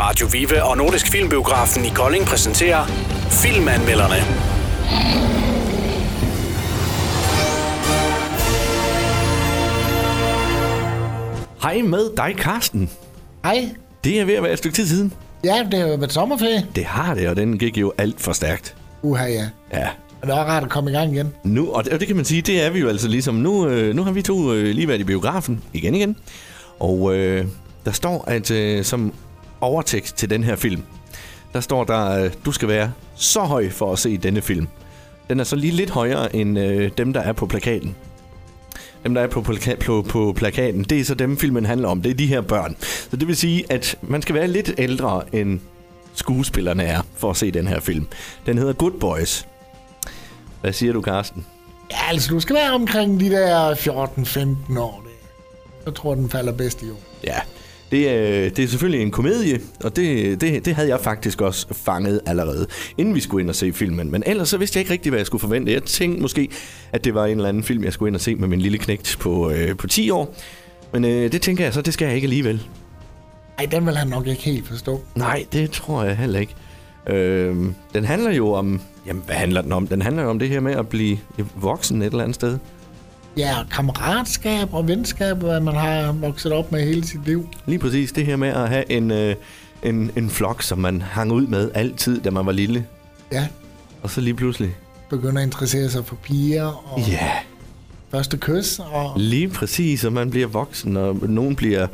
Radio Vive og Nordisk Filmbiografen i Kolding præsenterer Filmanmelderne. Hej med dig, Karsten. Hej. Det er ved at være et stykke tid siden. Ja, det har jo været sommerferie. Det har det, og den gik jo alt for stærkt. Uha, ja. Ja. Og det var rart at komme i gang igen. Nu, og det, og det kan man sige, det er vi jo altså ligesom. Nu, øh, nu har vi to øh, lige været i biografen igen igen. Og øh, der står, at øh, som overtekst til den her film, der står der, øh, du skal være så høj for at se denne film. Den er så lige lidt højere end øh, dem, der er på plakaten. Dem, der er på, plaka- på, på plakaten, det er så dem, filmen handler om. Det er de her børn. Så det vil sige, at man skal være lidt ældre, end skuespillerne er, for at se den her film. Den hedder Good Boys. Hvad siger du, Karsten? Ja, altså, du skal være omkring de der 14-15 år. Det. Jeg tror, den falder bedst i år. Ja, det er, det er selvfølgelig en komedie, og det, det, det havde jeg faktisk også fanget allerede, inden vi skulle ind og se filmen. Men ellers så vidste jeg ikke rigtig, hvad jeg skulle forvente. Jeg tænkte måske, at det var en eller anden film, jeg skulle ind og se med min lille knægt på, øh, på 10 år. Men øh, det tænker jeg så, det skal jeg ikke alligevel. Ej, den vil han nok ikke helt forstå. Nej, det tror jeg heller ikke. Øh, den handler jo om... Jamen, hvad handler den om? Den handler jo om det her med at blive voksen et eller andet sted. Ja, og kammeratskab og venskab, hvad man har vokset op med hele sit liv. Lige præcis det her med at have en, øh, en, en flok, som man hang ud med altid, da man var lille. Ja, Og så lige pludselig. begynder at interessere sig for piger og Ja, yeah. første kys. Og lige præcis. Og man bliver voksen, og nogen bliver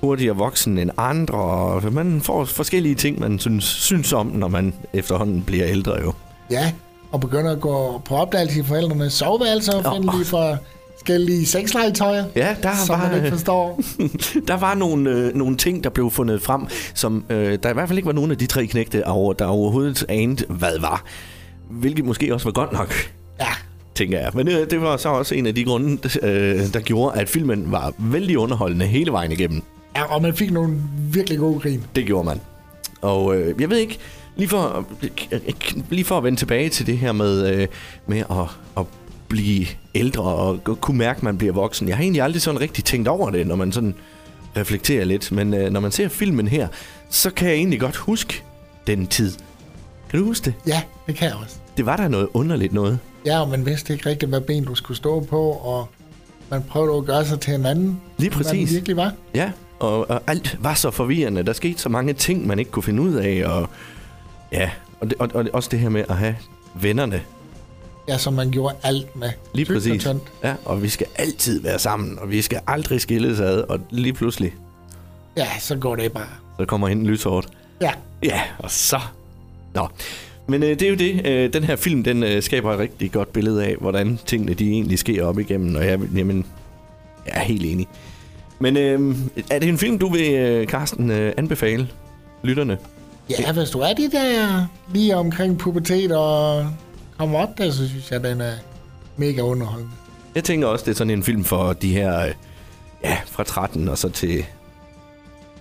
hurtigere voksen end andre. Og man får forskellige ting, man synes, synes om, når man efterhånden bliver ældre jo. ja, og begynder at gå på opdagelse i forældrenes soveværelser og Nå. finde lige for forskellige sexlegetøjer, Ja, der som var, man ikke øh, forstår. der var nogle, øh, nogle ting, der blev fundet frem, som øh, der i hvert fald ikke var nogen af de tre knægte, over, der overhovedet anede, hvad var. Hvilket måske også var godt nok. Ja, tænker jeg. Men øh, det var så også en af de grunde, øh, der gjorde, at filmen var vældig underholdende hele vejen igennem. ja, og man fik nogle virkelig gode grin. Det gjorde man. Og øh, jeg ved ikke, lige for, lige for at vende tilbage til det her med, øh, med at, at blive ældre og g- kunne mærke, at man bliver voksen. Jeg har egentlig aldrig sådan rigtig tænkt over det, når man sådan reflekterer lidt. Men øh, når man ser filmen her, så kan jeg egentlig godt huske den tid. Kan du huske det? Ja, det kan jeg også. Det var der noget underligt noget. Ja, og man vidste ikke rigtigt, hvad ben du skulle stå på, og man prøvede at gøre sig til en anden. Lige Hvad den præcis. virkelig var. Ja, og, og alt var så forvirrende. Der skete så mange ting, man ikke kunne finde ud af. Og, ja, og, det, og, og det- også det her med at have vennerne. Ja, som man gjorde alt med. Lige Tykt og præcis. tyndt. Ja, og vi skal altid være sammen, og vi skal aldrig skilles ad. Og lige pludselig, Ja, så går det bare. så kommer hende lyshårdt. Ja, Ja, og så... Nå. Men øh, det er jo det. Øh, den her film, den øh, skaber et rigtig godt billede af, hvordan tingene de egentlig sker op igennem. Og jeg, jamen, jeg er helt enig. Men øh, er det en film, du vil, øh, Carsten, øh, anbefale lytterne? ja hvis du er de der lige omkring pubertet og kommer op der, så synes jeg, den er mega underholdende. Jeg tænker også, det er sådan en film for de her... øh, Ja, fra 13 og så til...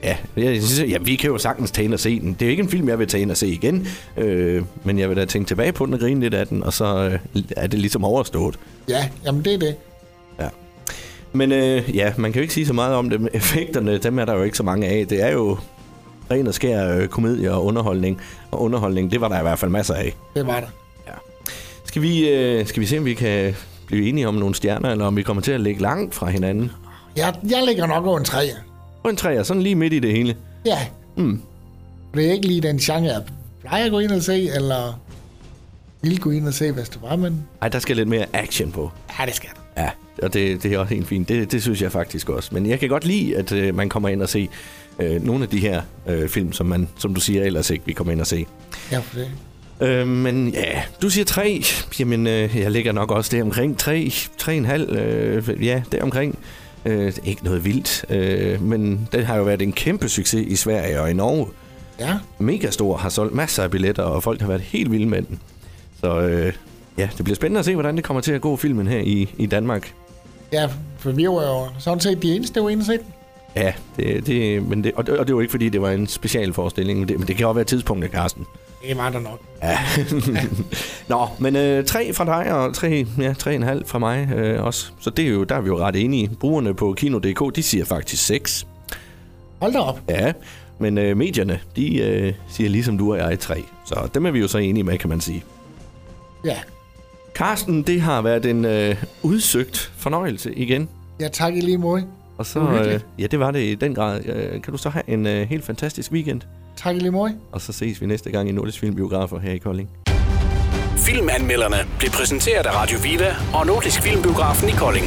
Ja, jeg synes, ja, vi kan jo sagtens tage ind og se den. Det er ikke en film, jeg vil tage ind og se igen. Øh, men jeg vil da tænke tilbage på den og grine lidt af den, og så øh, er det ligesom overstået. Ja, jamen det er det. Men øh, ja, man kan jo ikke sige så meget om det. men Effekterne, dem er der jo ikke så mange af. Det er jo ren og skær øh, komedie og underholdning. Og underholdning, det var der i hvert fald masser af. Det var der. Ja. Skal vi, øh, skal vi se, om vi kan blive enige om nogle stjerner, eller om vi kommer til at ligge langt fra hinanden? Jeg, jeg ligger nok over en træer. Og en træer, sådan lige midt i det hele. Ja, Mm. det er ikke lige den genre, jeg plejer at gå ind og se, eller ville gå ind og se, hvis det var, men Ej, der skal lidt mere action på. ja, det skal der. Ja, og det, det er også helt fint. Det, det synes jeg faktisk også. Men jeg kan godt lide, at øh, man kommer ind og se øh, nogle af de her øh, film, som, man, som du siger ellers ikke, vi kommer ind og se. Ja, for det. Øh, men ja, du siger tre. Jamen, øh, jeg ligger nok også der omkring tre, tre og en halv. Øh, ja, der omkring. Øh, det er ikke noget vildt, øh, men den har jo været en kæmpe succes i Sverige og i Norge. Ja, mega stor, har solgt masser af billetter, og folk har været helt vilde med den. Så øh, ja, det bliver spændende at se, hvordan det kommer til at gå filmen her i, i Danmark. Ja, for vi var jo sådan set de eneste, der var inde og se den. Ja, det, det, men det, og, det, og det var ikke, fordi det var en specialforestilling, men det, men det kan også være tidspunktet, Carsten. Det var der nok. Ja. Nå, men øh, tre fra dig, og tre, ja, tre og en halv fra mig øh, også. Så det er jo, der er vi jo ret enige. Brugerne på Kino.dk, de siger faktisk seks. Hold da op. Ja, Men øh, medierne, de øh, siger ligesom du og jeg tre. Så dem er vi jo så enige med, kan man sige. Ja. Karsten, det har været en øh, udsøgt fornøjelse igen. Ja, tak i lige måde. Og så, øh, Det var hyggeligt. ja, det var det i den grad. Øh, kan du så have en øh, helt fantastisk weekend? Tak i lige måde. Og så ses vi næste gang i Nordisk Filmbiografer her i Kolding. Filmanmelderne blev præsenteret af Radio Viva og Nordisk Filmbiografen i Kolding.